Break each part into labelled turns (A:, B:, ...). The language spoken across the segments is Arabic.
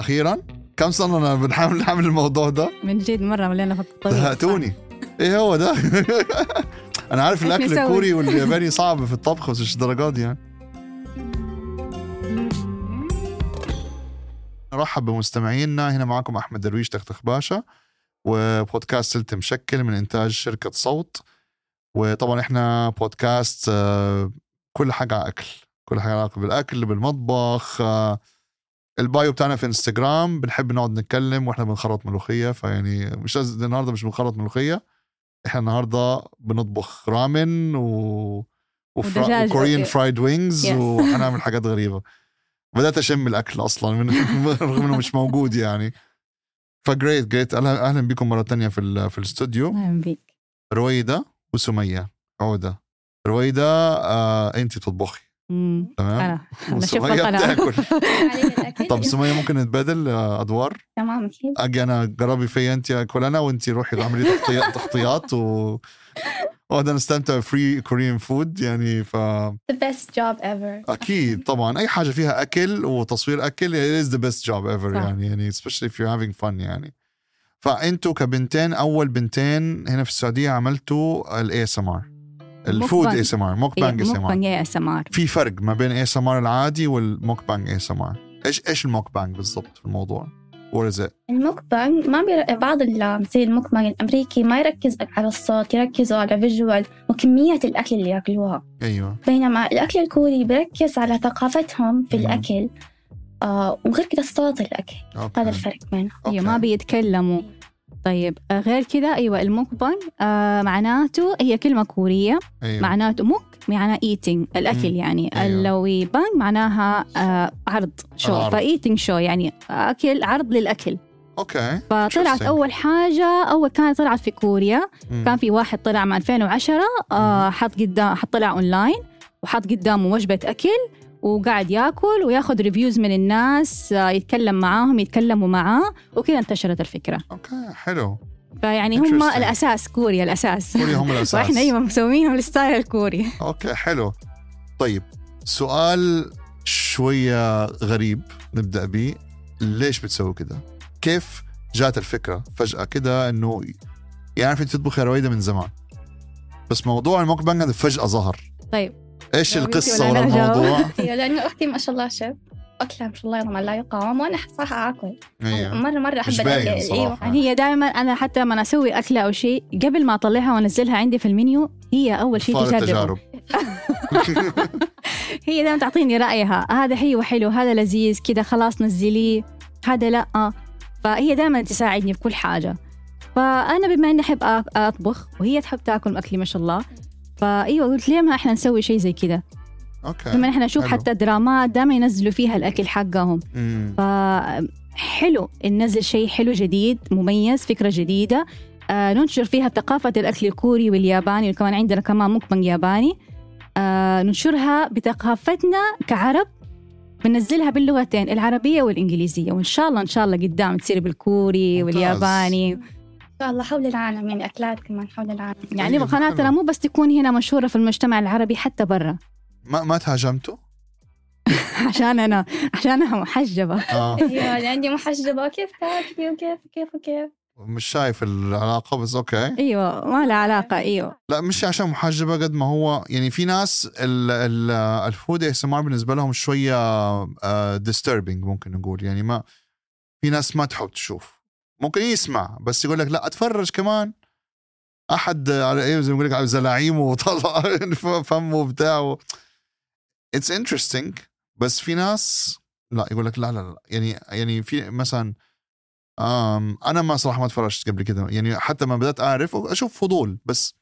A: اخيرا كم صرنا بنحاول نعمل الموضوع ده
B: من جد مره ملينا في الطريق
A: زهقتوني ايه هو ده انا عارف
B: إيش
A: الاكل
B: نسوي؟
A: الكوري والياباني صعب في الطبخ بس مش الدرجات دي يعني نرحب بمستمعينا هنا معكم احمد درويش تختخ باشا وبودكاست سلت مشكل من انتاج شركه صوت وطبعا احنا بودكاست آه، كل حاجه على اكل كل حاجه علاقه بالاكل بالمطبخ آه، البايو بتاعنا في انستجرام بنحب نقعد نتكلم واحنا بنخرط ملوخيه فيعني مش لازم- النهارده مش بنخرط ملوخيه احنا النهارده بنطبخ رامن و
B: ودجاج.
A: وكوريان فرايد وينجز
B: Yes.
A: وهنعمل حاجات غريبه بدات اشم الاكل اصلا من رغم انه مش موجود يعني فجريت جريت اهلا أهلاً بكم مره تانية في ال- في الاستوديو
B: اهلا بيك
A: رويده وسميه عوده رويده آه انت تطبخي
B: مم.
A: تمام
B: انا انا شيف
A: وسمية
B: القناه
A: بتاكل طب سميه ممكن نتبادل آه، ادوار
C: تمام كيف
A: اجي انا جربي فيا انت اكل انا وانت روحي اعملي تحطيات تحطيات و واقعد نستمتع فري كوريان فود يعني فاكيد
C: the best job ever
A: طبعا اي حاجه فيها اكل وتصوير اكل it is the best job ever
B: صح.
A: يعني يعني especially if you're having fun يعني فانتوا كبنتين اول بنتين هنا في السعوديه عملتوا الاي اس ام ار الفود
B: مقبل.
A: اي اس ام ار
B: إيه،
A: موكبانج اي اس ام ار
B: مقبل يا اس ام ار
A: في فرق ما بين اي اس ام ار العادي والموكبانج اي اس ام ار ايش ايش الموكبانج بالضبط في الموضوع؟ What is it؟
C: المكبنج ما بير... بعض ال- زي المكبنج الامريكي ما يركز على الصوت يركزوا على فيجوال وكميه الاكل اللي ياكلوها
A: ايوه
C: بينما الاكل الكوري بيركز على ثقافتهم في
A: مم.
C: الاكل آه وغير كده صوت الاكل
A: أوكي.
C: هذا الفرق بينهم
B: أيوة
A: أوكي.
B: ما بيتكلموا طيب آه، غير كذا ايوه المقبل آه معناته هي كلمه كوريه
A: أيوة.
B: معناته موك معناه ايتينج الاكل
A: مم.
B: يعني
A: أيوة.
B: أيوة. لو يبان معناها آه عرض شو
A: العرض.
B: فايتينج شو يعني اكل عرض للاكل
A: اوكي
B: فطلعت
A: Interesting.
B: اول حاجه اول كانت طلعت في كوريا
A: مم.
B: كان في واحد طلع مع 2010 آه حط قدام حط طلع اونلاين وحط قدامه وجبه اكل وقاعد ياكل وياخذ ريفيوز من الناس آه يتكلم معاهم يتكلموا معاه وكذا انتشرت الفكره
A: اوكي حلو
B: فيعني هم
A: Interesting.
B: الاساس كوريا الاساس
A: كوريا هم الاساس
B: واحنا ايوه مسوينهم الستايل الكوري
A: اوكي حلو طيب سؤال شويه غريب نبدا به ليش بتسوي كده؟ كيف جات الفكره فجاه كده انه يعني عارف انت تطبخ يا رويده من زمان بس موضوع الموكبانج هذا فجاه ظهر
B: طيب.
A: ايش
B: لو أنت
A: القصه
B: ولا
A: ورا
B: أنا
A: الموضوع؟
C: لانه اختي أيوة، ما شاء الله شيف اكلها ما شاء الله يرحمها لا يقاوم وانا صراحه اكل
A: أيوة.
C: مره مره احب
A: مش باين
C: الأكل. أيوة،
A: صراحة.
B: يعني هي دائما انا حتى لما اسوي اكله او شيء قبل ما اطلعها وانزلها عندي في المنيو هي اول شيء
A: فار
B: تجربه
A: التجارب
B: هي دائما تعطيني رأيها هذا حلو حلو هذا لذيذ كذا خلاص نزليه هذا لا آه. فهي دائما تساعدني في كل حاجة فأنا بما إني أحب آ- أطبخ وهي تحب تاكل أكلي ما شاء الله فأيوه قلت ليه ما إحنا نسوي شيء زي كذا
A: اوكي
B: لما إحنا نشوف
A: طيب، حلو.
B: حتى درامات دائما ينزلوا فيها الأكل حقهم
A: مم.
B: فحلو ننزل شيء حلو جديد مميز فكرة جديدة آه ننشر فيها ثقافة الأكل الكوري والياباني وكمان عندنا كمان مكبنج ياباني آه ننشرها بثقافتنا كعرب بننزلها باللغتين العربية والإنجليزية وإن شاء الله إن شاء الله قدام تصير بالكوري
A: ممتاز.
B: والياباني
C: ان شاء الله حول العالم يعني اكلات كمان حول العالم
B: يعني
A: طيب،
B: قناتنا
A: حلو.
B: مو بس تكون هنا مشهورة في المجتمع العربي حتى برا
A: ما ما تهاجمتوا؟
B: عشان أنا عشان أنا محجبة
A: اه
C: ايوه لاني محجبه كيف تاكلي وكيف كيف وكيف
A: مش شايف العلاقه بس اوكي
B: أيوة ما لها علاقة أيوة
A: لا مش عشان محجبه قد ما هو يعني في ناس ال ال الفود اس ام ار بالنسبه لهم شويه ديستربنج ممكن نقول يعني ما في ناس ما تحب تشوف ممكن يسمع بس يقول لك لا اتفرج كمان احد على ايه زي ما يقول لك على زلاعيمه وطلع فمه وبتاع اتس انترستنج بس في ناس لا يقول لك لا لا لا يعني يعني في مثلا أم انا ما صراحه ما تفرجت قبل كده يعني حتى ما بدات اعرف اشوف فضول بس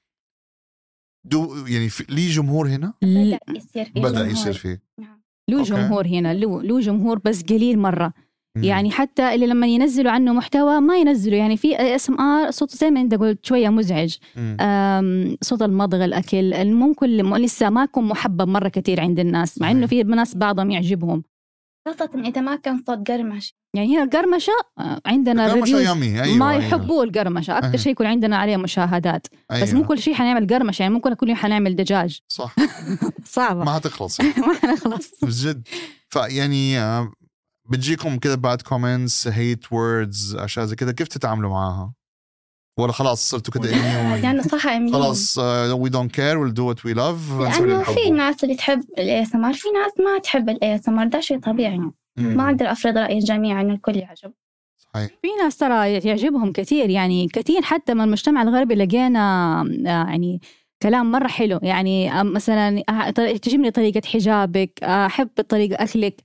A: دو يعني في لي جمهور هنا
C: بدا يصير
B: إيه
C: في
A: بدا
C: جمهور.
A: يصير فيه
C: نعم.
B: له
A: أوكي.
B: جمهور هنا له له جمهور بس قليل مرة
A: مم.
B: يعني حتى اللي لما ينزلوا عنه محتوى ما ينزلوا يعني في اس ام ار صوت زي ما انت قلت شويه مزعج
A: مم.
B: آه، أم، صوت المضغ الاكل ممكن لم- لسه ما يكون محبب مره كثير عند الناس مع انه في ناس بعضهم يعجبهم
C: خاصة إذا ما كان صوت قرمش
B: يعني هنا القرمشه أه، عندنا
A: الكلام مش
B: ريفيوز
A: يامي ايوه
B: ما
A: أيوة.
B: يحبوا القرمشه
A: أها.
B: اكثر شيء يكون عندنا عليه مشاهدات
A: أيوة.
B: بس مو كل شيء حنعمل قرمشه يعني ممكن كل يوم حنعمل دجاج
A: صح
B: صعبه
A: ما حتخلص
B: ما حنخلص
A: بجد فيعني آه، بتجيكم كده باد كومنتس هيت ووردز اشياء زي كده كيف تتعاملوا معاها؟ ولا خلاص صرتوا كده
B: يعني
C: لأنه يعني صح أمين
A: إيه. خلاص آه، وي دونت كير ويل دو وات وي لاف
B: يعني
C: لأنه في ناس اللي تحب الاي اس ام ار في ناس ما تحب الاي اس ام ار ده شيء طبيعي يعني ما أقدر أفرض رأي الجميع إنه الكل يعجب
A: صحيح
B: في ناس ترى يعجبهم كثير يعني كثير حتى من المجتمع الغربي لقينا آه، يعني كلام مرة حلو يعني آه، مثلا آه، طر- تعجبني طريقة حجابك آه، أحب طريقة أكلك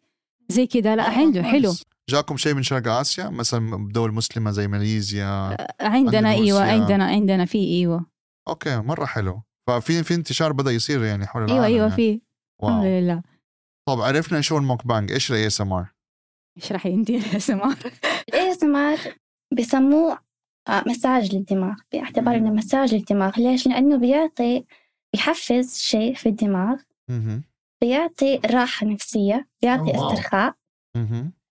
B: زي كذا لا عنده حلو
A: جاكم شيء من شرق اسيا مثلا دول مسلمه زي ماليزيا
B: آه. عندنا ايوه
A: أندونيسيا.
B: عندنا عندنا في ايوه
A: اوكي مره حلو ففي في انتشار بدا يصير يعني حول العالم
B: ايوه ايوه
A: يعني.
B: في الحمد
A: واو.
B: لله
A: طب عرفنا شو الموك بانج ايش الاي اس ام ار
B: اشرحي انت الاسماء
C: الاي اس ام ار بيسموه آه، مساج للدماغ باعتبار انه مساج للدماغ ليش؟ لانه بيعطي بيحفز شيء في الدماغ بيعطي راحة نفسية بيعطي
A: واو.
C: استرخاء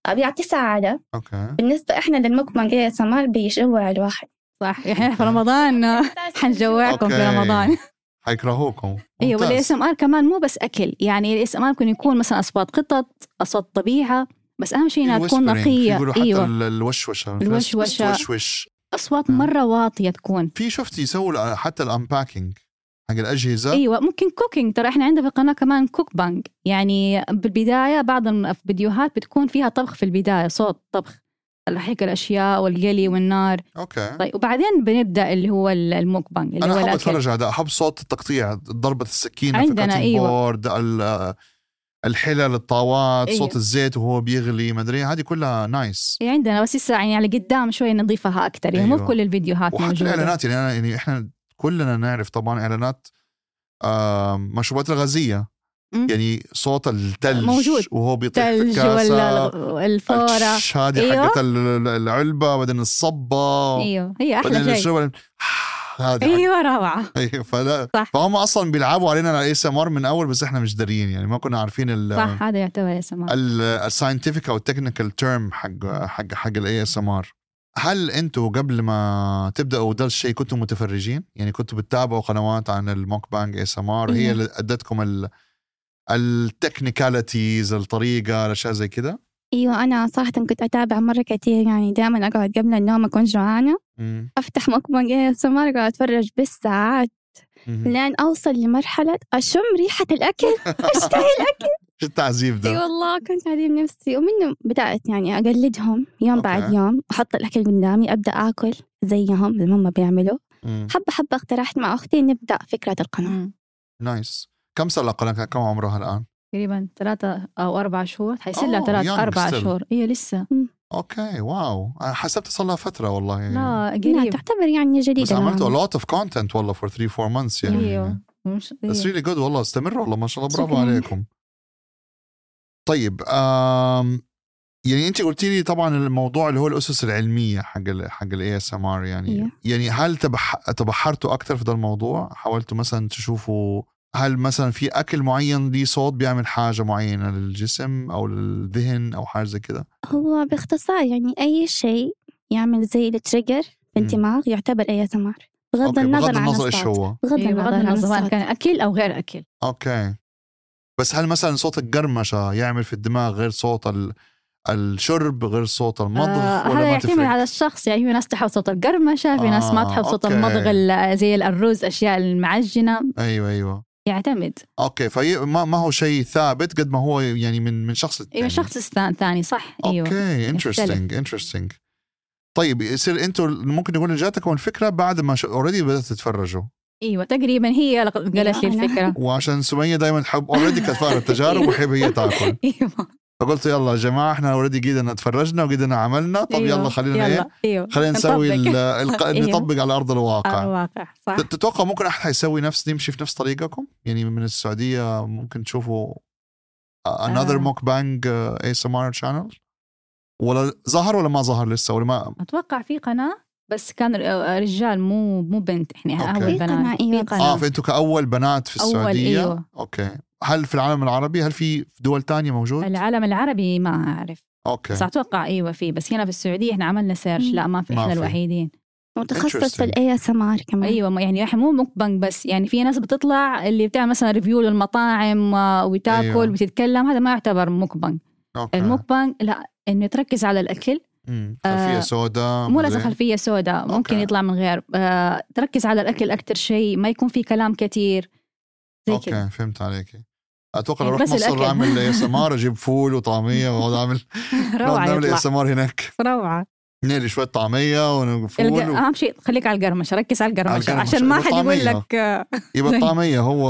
C: آه، بيعطي سعادة
A: اوكي
C: بالنسبة إيه احنا للمكمل اي اس ام ار بيجوع الواحد
B: صح احنا في رمضان آه، حنجوعكم في
A: أوكي.
B: رمضان
A: حيكرهوكم
B: ايوه
A: ممتاز.
B: والاس ام ار كمان مو بس اكل يعني الاس ام ار ممكن يكون مثلا اصوات قطط اصوات طبيعه بس اهم شيء انها
A: في
B: تكون
A: whispering، في
B: نقيه
A: يقولوا حتى
B: ايوه
A: ال- الوشوشه في ناس
B: الوشوشة.
A: بتوشوش.
B: اصوات
A: مم.
B: مره واطيه تكون
A: في شفت يسووا ال- حتى الانباكينج حق الاجهزه
B: ايوه ممكن كوكينج ترى احنا عندنا في القناه كمان كوك بانج يعني بالبدايه بعض الفيديوهات بتكون فيها طبخ في البدايه صوت طبخ الحيك الاشياء والقلي والنار
A: اوكي
B: طيب وبعدين بنبدا اللي هو ال- الموكبانج اللي
A: انا
B: هو
A: احب
B: الأكل.
A: اتفرج على ده احب صوت التقطيع ضربه السكينه
B: عندنا،
A: في
B: أيوة.
A: بورد الحلل الطاوات
B: أيوة.
A: صوت الزيت وهو بيغلي ما ادري هذه كلها نايس
B: إيه عندنا بس لسه يعني على قدام شويه نضيفها اكثر يعني مو
A: أيوة.
B: بكل الفيديوهات
A: وحتى
B: موجوده
A: الاعلانات يعني انا يعني احنا كلنا نعرف طبعا اعلانات آه، مشروبات الغازيه
B: مم.
A: يعني صوت الثلج
B: موجود.
A: وهو بيطيح في
B: الثلج ولا
A: الكاسه
B: الغ- الفوره
A: الش- هذه
B: أيوة.
A: حقت ال- ال- العلبه بعدين الصبه
B: ايوه هي
A: بعدين
B: احلى شيء
A: الشرب بعدين- هذه حق-
B: ايوه روعه
A: أيوة، فلا
B: صح.
A: فهم اصلا بيلعبوا علينا على الاس ام ار من اول بس احنا مش داريين يعني ما كنا عارفين ال
B: صح هذا يعتبر اسمه
A: الساينتفك او التكنيكال تيرم حق حق حق الاي اس ام ار هل انتم قبل ما تبداوا ده الشيء كنتم متفرجين؟ يعني كنتوا بتتابعوا قنوات عن الموك بانج اس ام ار هي
B: إيه.
A: اللي ادتكم ال التكنيكاليتيز الطريقه الاشياء زي كده؟
C: ايوه انا صراحة كنت اتابع مرة كثير يعني دائما اقعد قبل النوم اكون جوعانة
A: مم.
C: افتح مكمل اي اس ام ار اقعد اتفرج بالساعات
A: مم.
C: لين اوصل لمرحلة اشم ريحة الاكل اشتهي الاكل
A: شو التعذيب
C: اي
A: ده؟
C: والله كنت عذيب نفسي ومنه بدأت يعني اقلدهم يوم
A: أوكي.
C: بعد يوم احط الاكل قدامي ابدا اكل زيهم اللي ماما بيعملوا
A: مم.
C: حبة حبة اقترحت مع اختي نبدا فكرة القناة
B: مم.
A: نايس كم سنه القناه كم عمرها الان؟
B: تقريبا ثلاثة أو أربع شهور حيصير لها
A: أوه،
B: ثلاث
A: young
B: أربع
A: still.
B: شهور هي لسه
A: اوكي واو أنا حسبت صار لها فتره والله يعني.
B: لا
C: لا
B: قريب
C: تعتبر يعني جديدة
A: بس عملتوا
C: الآن.
A: a lot of content والله for 3 4 months يعني
B: أيوه مش
A: That's
B: أيوه.
A: really good والله استمروا والله ما شاء الله برافو
C: شكراً.
A: عليكم طيب آم يعني انت قلتي لي طبعا الموضوع اللي هو الاسس العلميه حق ال حق الاي اس ام ار يعني
C: إيه.
A: يعني هل تبح تبحرتوا اكثر في ده الموضوع؟ حاولتوا مثلا تشوفوا هل مثلا في اكل معين ليه صوت بيعمل حاجه معينه للجسم او للذهن او حاجه زي كده؟
C: هو باختصار يعني اي شيء يعمل زي التريجر في
A: مم.
C: الدماغ يعتبر اي اس ام ار بغض
A: أوكي،
C: النظر
A: بغض
C: عن
A: النظر ايش
C: الصوت
A: هو؟
C: أيوة، بغض
B: أيوه،
C: النظر عن
B: سواء
C: الصوت
B: كان أكل أو غير أكل
A: اوكي بس هل مثلا صوت القرمشه يعمل في الدماغ غير صوت ال... الشرب غير صوت المضغ
B: آه،
A: ولا
B: هذا
A: ما
B: يعتمد
A: تفرق؟
B: على الشخص يعني في ناس تحب صوت القرمشة في ناس ما
A: آه،
B: تحب صوت
A: أوكي.
B: المضغ ال- زي الأرز أشياء المعجنة
A: ايوه ايوه
B: يعتمد إيوه،
A: اوكي فهي ما, ما هو شيء ثابت قد ما هو يعني من من شخص
B: أيوه
A: للتاني.
B: شخص ثا- ثاني صح أيوه
A: اوكي انترستنج انترستنج طيب يصير انتوا ممكن يكون جاتكم الفكره بعد ما اوريدي بدات تتفرجوا
B: أيوه تقريبا هي لق-
A: أيوه،
B: قالت لي
C: أنا-
B: الفكرة
A: وعشان سميه دائما تحب اوريدي كانت فاهمه التجارب وحب هي تاكل
B: أيوه
A: فقلت يلا يا جماعه احنا اوريدي قيدنا تفرجنا وقيدنا عملنا طب
B: أيوه،
A: يلا خلينا ايه
B: يلا أيوه
A: خلينا نسوي
B: نطبق.
A: ال- الق-
B: أيوه.
A: نطبق على ارض الواقع
B: الواقع صح
A: ت- تتوقع ممكن احد حيسوي نفس دي يمشي في نفس طريقكم؟ يعني من السعوديه ممكن تشوفوا انذر
B: آه.
A: موك بانج اي اس ام ار شانل؟ ولا ظهر ولا ما ظهر لسه ولا ما
B: اتوقع في قناه بس كان ر- آه، رجال مو مو بنت احنا
A: أوكي.
B: اول
A: في
C: قناة،
B: بنات
C: أيوة.
A: اه فانتوا كاول بنات في
B: أول،
A: السعوديه
B: أيوة.
A: اوكي هل في العالم العربي هل في في دول تانية موجود؟
B: العالم العربي ما اعرف بس
A: اوكي
B: اتوقع ايوه في بس هنا في السعوديه احنا عملنا سيرش
C: مم.
B: لا ما في
A: ما
B: احنا
A: في.
B: الوحيدين
C: متخصص في
A: Interesting.
C: الاي اس ام ار كمان
B: ايوه ما- يعني احنا مو مقبنج بس يعني في ناس بتطلع اللي بتعمل مثلا ريفيو للمطاعم آه، وتاكل
A: أيوة.
B: وتتكلم هذا ما يعتبر مقبنج
A: اوكي
B: المقبنج لا انه تركز على الاكل
A: مم. خلفيه
B: آه،
A: سوداء
B: مو لازم
A: مدري.
B: خلفيه سوداء ممكن
A: أوكي.
B: يطلع من غير آه، تركز على الاكل اكثر شيء ما يكون في كلام كثير زي كذا
A: اوكي فهمت عليك اتوقع لو
B: يعني
A: اروح
B: بس
A: مصر
B: الأكل.
A: اعمل اس ام ار اجيب فول وطعميه واقعد اعمل
B: روعه
A: نعمل
B: يطلع
A: اس ام ار هناك
B: روعه
A: نقلي شويه طعميه
B: الج...
A: وفول و...
B: اهم شيء خليك على القرمشه ركز على القرمشه,
A: القرمشة.
B: عشان ما حد يقول
A: والطعمية.
B: لك آه،
A: يبقى
B: زي-
A: الطعميه هو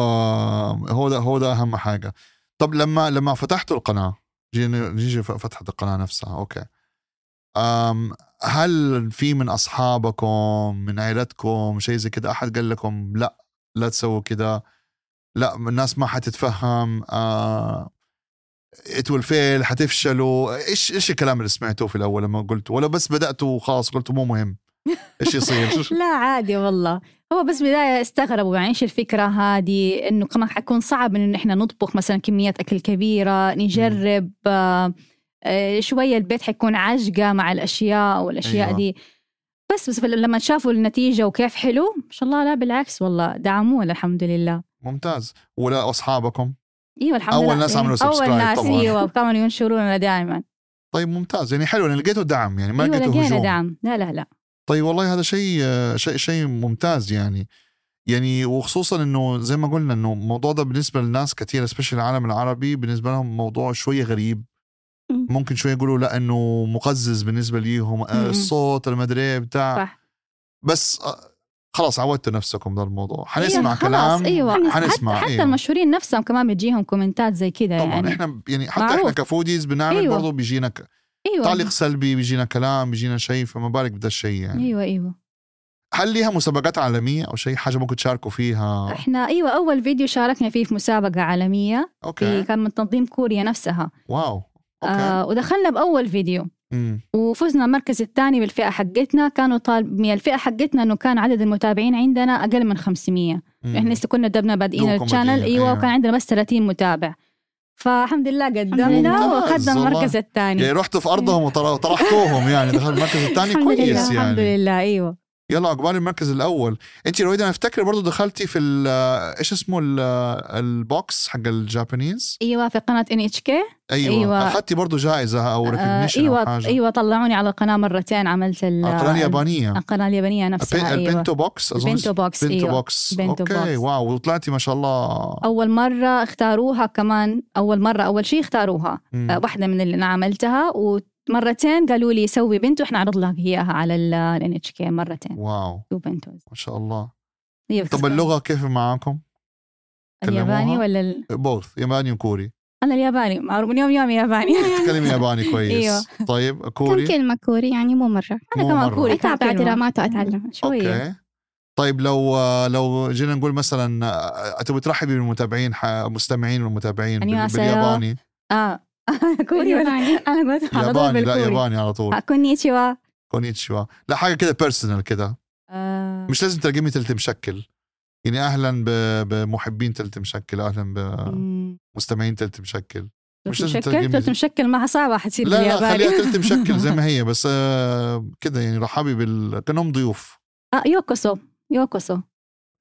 A: هو ده هو ده اهم حاجه طب لما لما فتحتوا القناه جينا نيجي ف- فتحت القناه نفسها اوكي أم هل في من اصحابكم من عائلتكم شيء زي كده احد قال لكم لا لا تسووا كده لا الناس ما حتتفهم آه ات ويل فيل حتفشلوا ايش ايش الكلام اللي سمعتوه في الاول لما قلتوا ولا بس بداتوا خلاص قلتوا مو مهم ايش يصير
B: لا عادي والله هو بس بداية استغربوا يعني ايش الفكرة هذه انه كمان حيكون صعب انه احنا نطبخ مثلا كميات اكل كبيرة نجرب آه آه، شوية البيت حيكون عجقة مع الاشياء والاشياء
A: أيوة.
B: أيوة. دي بس بس لما شافوا النتيجة وكيف حلو ما شاء الله لا بالعكس والله دعمونا الحمد لله
A: ممتاز ولا اصحابكم
B: ايوه الحمد
A: أول
B: لله
A: ناس
B: يعني
A: عملوا
B: اول
A: subscribe
B: ناس
A: طبعاً.
B: ايوه كانوا ينشرونا دائما
A: طيب ممتاز يعني حلو يعني لقيتوا دعم يعني ما
B: ايوه
A: لقيتوا
B: لقينا
A: هجوم
B: دعم لا لا لا
A: طيب والله هذا شيء شيء شيء ممتاز يعني يعني وخصوصا انه زي ما قلنا انه الموضوع ده بالنسبه لناس كثير سبيشال العالم العربي بالنسبه لهم موضوع شويه غريب
C: مم.
A: ممكن شويه يقولوا لا انه مقزز بالنسبه ليهم آه،
B: مم.
A: الصوت المدري إيه بتاع
B: صح.
A: بس آه، خلاص عودتوا نفسكم ده الموضوع
B: أيوة،
A: حنسمع
B: خلاص،
A: كلام
B: ايوه
A: حنسمع
B: حتى, حتى
A: أيوة.
B: المشهورين نفسهم كمان بتجيهم كومنتات زي كذا
A: طبعا
B: يعني
A: احنا يعني حتى
B: معروف.
A: احنا كفوديز بنعمل
B: أيوة.
A: برضه بيجينا ك-
B: ايوه
A: تعليق سلبي بيجينا كلام بيجينا شيء فما بالك بده الشيء يعني
B: ايوه ايوه
A: هل ليها مسابقات عالميه او شيء حاجه ممكن تشاركوا فيها
B: احنا ايوه اول فيديو شاركنا فيه في مسابقه عالميه في
A: اوكي
B: كان من تنظيم كوريا نفسها
A: واو اوكي
B: آه ودخلنا باول فيديو
A: مم.
B: وفزنا المركز الثاني بالفئه حقتنا كانوا طالب من الفئه حقتنا انه كان عدد المتابعين عندنا اقل من 500
A: مم.
B: احنا لسه كنا دبنا بادئين
A: دوبكم
B: الشانل
A: بادئين،
B: ايوه
A: أيوة.
B: وكان عندنا بس 30 متابع فالحمد لله قدمنا
A: لله.
B: واخذنا
A: والله.
B: المركز
A: يعني
B: الثاني
A: رحتوا في ارضهم وطر- وطرحتوهم يعني دخلت المركز الثاني
C: الحمد لله،
A: كويس
B: الحمد
A: يعني
B: لله ايوه
A: يلا عقبال المركز الاول انت رويدا انا افتكر برضو دخلتي في ال- ايش اسمه ال- البوكس حق الجابانيز
B: ايوه في قناه ان اتش كي
A: ايوه,
B: أيوه.
A: اخذتي برضو جائزه او ريكوجنيشن او
B: ايوه
A: حاجه
B: ايوه طلعوني على القناه مرتين عملت ال-
A: القناه اليابانيه
B: القناه اليابانيه
A: البن-
B: نفسها ايوه
A: البنتو بوكس اظن
B: بنتو بوكس
A: بنتو
B: ايوه
A: بوكس
B: بنتو
A: اوكي
B: بوكس.
A: واو وطلعتي ما شاء الله
B: اول مره اختاروها كمان اول مره اول شيء اختاروها
A: مم.
B: آه، واحده من اللي انا عملتها ومرتين قالوا لي سوي بنت واحنا عرض لك اياها على الان اتش كي مرتين
A: واو
B: تو بنتوز
A: ما شاء الله
B: أيوة
A: طب اللغه كيف معاكم؟
B: الياباني
A: كلموها؟
B: ولا ال...
A: بوث ياباني وكوري
B: انا الياباني معروف من يوم يومي ياباني
A: تتكلمي ياباني كويس
B: أيوة.
A: طيب
C: كم
A: كوري
C: كلمة كوري يعني مو مرة
B: انا
A: مو
B: كمان
A: مرة.
B: كوري كم
C: أتابع
B: كلمة.
C: درامات وأتعلم
B: شويه
A: طيب لو لو جينا نقول مثلا آه، تبي ترحبي بالمتابعين ح- مستمعين والمتابعين بال-
B: أنيواسيو.
A: بالياباني
B: اه كوري ولا-
C: ياباني
B: انا قلت على طول
A: ياباني لا
B: بالكوري
A: ياباني على طول
B: آه، كونيتشوا
A: كونيتشوا لا حاجه كده بيرسونال كده
B: آه،
A: مش لازم ترجمي تلت مشكل يعني اهلا ب- بمحبين تلت مشكل اهلا
B: مم.
A: بمستمعين تلت مشكل مش لازم
B: مشكل
A: ترجمة.
B: قلت مشكل معها صعبة حتصير
A: لا لا
B: بالياباني
A: خليها تلت مشكل زي ما هي بس آه، كده يعني رحبي بال كانهم ضيوف
B: آه يوكوسو يوكوسو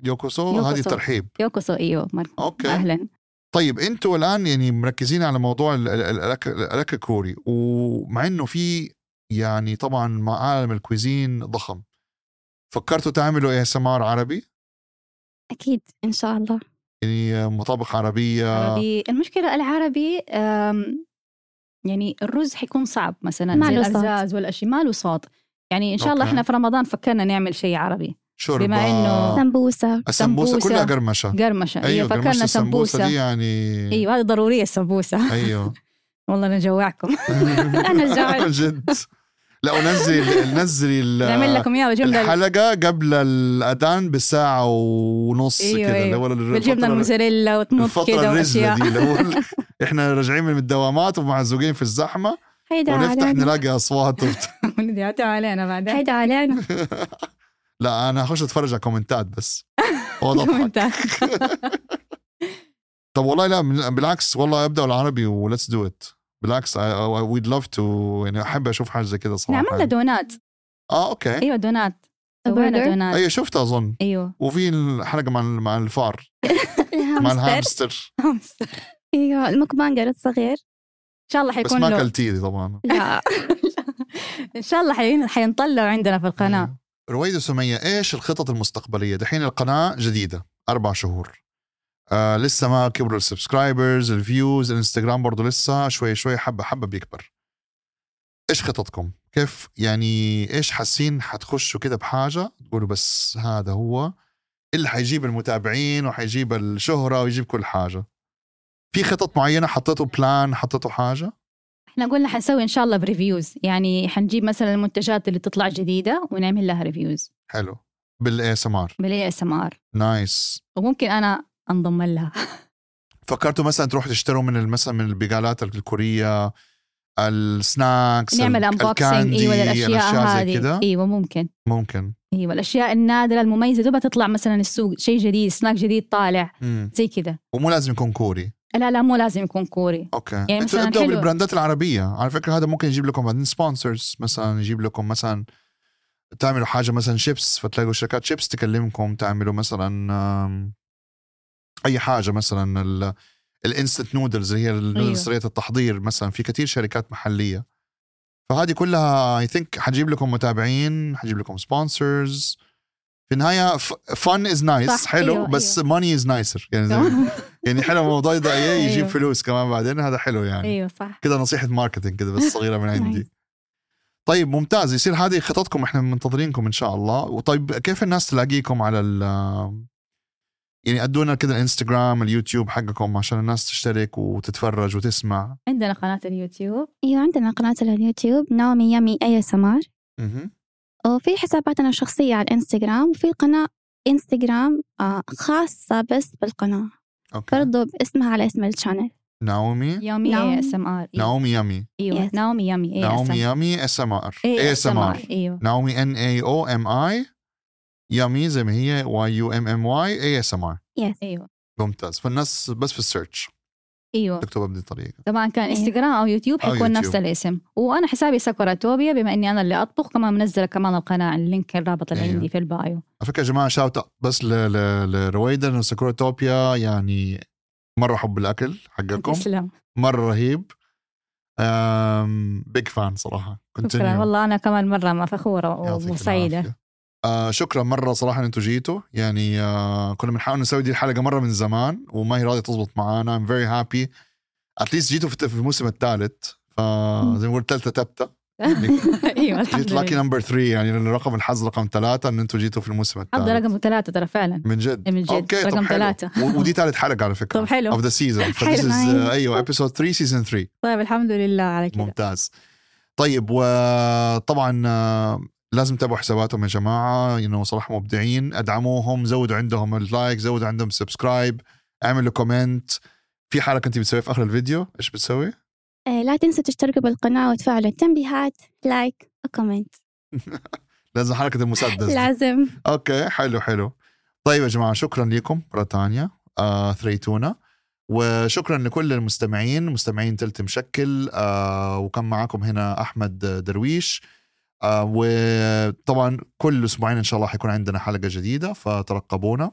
A: يوكوسو
B: يوكوسو.
A: هذه ترحيب
B: يوكوسو ايوه مر-
A: اوكي
B: اهلا
A: طيب انتوا الان يعني مركزين على موضوع ال- ال- ال- الاكل الأكل الكوري ومع انه في يعني طبعا مع عالم الكويزين ضخم فكرتوا تعملوا اس ام ار عربي
C: أكيد إن شاء الله
A: يعني مطابخ عربيه
B: عربي المشكلة العربي آم، يعني الرز حيكون صعب مثلا
C: ما
B: زي
C: له صوت.
B: الأرزاز والأشياء ما له صوت يعني إن شاء الله
A: أوكي.
B: إحنا في رمضان فكرنا نعمل شيء عربي
A: شوربه
B: بما
A: آه.
B: إنه
C: سمبوسة
A: السمبوسه
B: سمبوسة.
A: كلها قرمشه
B: قرمشة
A: ايوه
B: أيوة فكرنا
A: قرمشه السمبوسه دي
B: سمبوسة
A: يعني
B: أيوة هذه ضرورية السمبوسة
A: ايوه
B: والله أنا جوعكم
C: أنا جعت.
A: جد لا ونزلي نزلي ال-
B: نعمل لكم إياها جملة
A: الحلقه قبل الاذان بساعه ونص
B: أيوة،
A: كده اللي
B: أيوة.
A: هو
B: بالجبنة
A: الفترة-
B: الموزاريلا وتمط
A: الفترة
B: كده
A: الرزلة
B: وأشياء
A: دي اللي هو احنا راجعين من الدوامات ومعزوقين في الزحمة
C: هيدا
A: ونفتح
C: علينا
A: نلاقي أصوات وبت...
B: دعتوا علينا بعدين
C: هيدا علينا
A: لا أنا هخش أتفرج على كومنتات بس واضحك طب والله لا من- بالعكس والله أبدأ العربي وليتس دو إت بالعكس ويد لاف تو يعني أحب أشوف حاجة زي كده صراحة يعني.
B: عملنا دونات
A: آه أوكي
B: ايوه دونات
C: برجر؟
B: سوينا دونات
A: أيوة شفتها أظن
B: ايوه
A: وفي الحلقة مع مع الفار مع
C: الهامستر
A: الهامستر
C: أيوه المكبانجر أيوة، الصغير
B: شاء الله
A: بس
B: حيكون
A: ما
B: له
A: اكلتيه دي طبعا
C: لا
B: ان شاء الله حين- حينطلعوا عندنا في
A: أيوة.
B: القناه
A: رويد وسمية ايش الخطط المستقبليه دحين القناه جديده اربع شهور آه لسه ما كبروا السبسكرايبرز الفيوز الانستغرام برضو لسه شوي شوي حبه حبه بيكبر ايش خططكم كيف يعني ايش حاسين حتخشوا كده بحاجه تقولوا بس هذا هو اللي حيجيب المتابعين وحيجيب الشهره ويجيب كل حاجه في خطط معينه حطيتوا بلان حطيتوا حاجه
B: احنا قلنا حنسوي ان شاء الله بريفيوز يعني حنجيب مثلا المنتجات اللي تطلع جديده ونعمل لها ريفيوز
A: حلو بالاي اس ام ار
B: بالاي اس ام ار
A: نايس
B: وممكن انا انضم لها
A: فكرتوا مثلا تروح تشتروا من ال- مثلا من البقالات الكوريه السناكس
B: نعمل
A: ال-
B: انبوكسينج
A: الكاندي،
B: ايوه للاشياء
A: الأشياء زي
B: هذه
A: كده
B: ايوه ممكن
A: ممكن
B: ايوه الاشياء النادره المميزه دوبها تطلع مثلا السوق شيء جديد سناك جديد طالع
A: مم.
B: زي كذا
A: ومو لازم يكون كوري
B: لا لا مو لازم يكون كوري
A: اوكي
B: يعني
A: انتوا
B: مثلاً
A: ابدأوا
B: حلو.
A: بالبراندات العربيه على فكره هذا ممكن يجيب لكم بعدين سبونسرز مثلا يجيب لكم مثلا تعملوا حاجه مثلا شيبس فتلاقوا شركات شيبس تكلمكم تعملوا مثلا آم، اي حاجه مثلا ال- الانستنت نودلز اللي هي
B: أيوة.
A: النودلز سريعه التحضير مثلا في كثير شركات محليه فهذه كلها اي ثينك حجيب لكم متابعين حجيب لكم سبونسرز في النهايه فن از نايس
B: صح،
A: حلو
B: أيوة،
A: بس ماني از نايسر يعني زي يعني حلو الموضوع ده إيه يجيب
B: أيوه.
A: فلوس كمان بعدين هذا حلو يعني
B: ايوه صح
A: كده نصيحه ماركتينج كده بس صغيره من
B: نايس.
A: عندي طيب ممتاز يصير هذه خططكم احنا منتظرينكم ان شاء الله وطيب كيف الناس تلاقيكم على ال يعني ادونا كده الانستغرام اليوتيوب حقكم عشان الناس تشترك وتتفرج وتسمع
B: عندنا قناه اليوتيوب
C: ايوه عندنا قناة على اليوتيوب نومي يمي اي سمار
A: مهم.
C: وفي حساباتنا الشخصية على الانستغرام وفي قناة انستغرام آه، خاصة بس بالقناة
A: اوكي
C: برضو باسمها على اسم الشانل
A: ناومي
B: يومي
C: نعم.
B: اي اس ام ار
A: ناومي يامي
B: ايوه
C: Yes.
B: ناومي يامي اي
A: ناومي يامي اس ام ار
B: إيه،
A: اي اس ام ار
B: ايوه
A: ناومي ان اي او ام اي يامي زي ما هي واي يو ام ام واي اي اس ام ار
C: يس
B: ايوه
A: ممتاز فالناس بس في السيرش
B: ايوه
A: تكتبها بهذه الطريقه
B: سواء كان
C: أيوة.
B: انستغرام او يوتيوب
A: أو
B: حيكون
A: يوتيوب.
B: نفس الاسم وانا حسابي ساكورا توبيا بما اني انا اللي اطبخ كمان منزله كمان القناه اللينك الرابط اللي
A: أيوة.
B: عندي في البايو
A: على فكره يا جماعه شاوت أوت بس ل- ل- لرويدا وساكورا توبيا يعني مره حب الاكل حقكم
B: تسلم
A: مره رهيب بيج فان صراحه
B: شكرا
A: كنتينيو
B: والله انا كمان مره ما فخوره
A: يعطيك
B: وسعيده
A: العافية. آه شكرا مره صراحه ان انتم جيتوا يعني آه كنا بنحاول نسوي دي الحلقه مره من زمان وما هي راضيه تزبط معانا ام فيري هابي اتليست جيتوا في في الموسم الثالث فزي ما قلت ثالثه تبته
B: ايوه الحمد
A: جيت لاكي
B: لله
A: نمبر 3 يعني لأن رقم الحظ رقم ثلاثه ان انتم جيتوا في الموسم الثالث
B: هذا رقم ثلاثه ترى فعلا
A: من جد
B: إيه، من جد.
A: اوكي طب
B: رقم
A: حلو.
B: ثلاثة.
A: و- ودي ثالث حلقه على فكره
B: طب حلو.
A: اوف ذا سيزون
B: حلو.
A: فذيس از
B: نايس.
A: ايوه ابيسود 3 سيزون 3
B: طيب الحمد لله على كذا
A: ممتاز طيب وطبعا آه، لازم تتابعوا حساباتهم يا جماعه انه صراحه مبدعين ادعموهم زودوا عندهم اللايك زودوا عندهم سبسكرايب اعملوا كومنت في حاله كنت بتسويها في اخر الفيديو ايش بتسوي؟
C: آه، لا تنسوا تشتركوا بالقناة وتفعلوا التنبيهات لايك وكومنت
A: لازم حركه المسدس دي.
C: لازم
A: اوكي حلو حلو طيب يا جماعه شكرا لكم مره ثانيه آه ثريتونا وشكرا لكل المستمعين مستمعين تلت مشكل آه وكان معاكم هنا احمد درويش آه وطبعا كل اسبوعين ان شاء الله حيكون عندنا حلقه جديده فترقبونا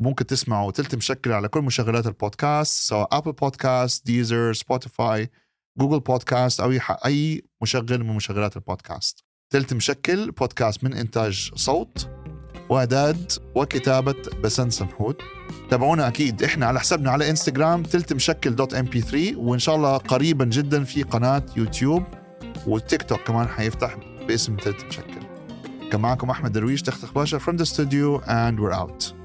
A: ممكن تسمعوا تلت مشكل على كل مشغلات البودكاست سواء ابل بودكاست ديزر سبوتيفاي جوجل بودكاست او أي ح- اي مشغل من مشغلات البودكاست تلت مشكل بودكاست من انتاج صوت واعداد وكتابه بسن سمحود تابعونا اكيد احنا على حسابنا على انستغرام تلت مشكل دوت ام بي 3 وان شاء الله قريبا جدا في قناه يوتيوب والتيك توك كمان حيفتح باسم تلت مشكل كان معكم احمد درويش تختخ باشا from the studio and we're out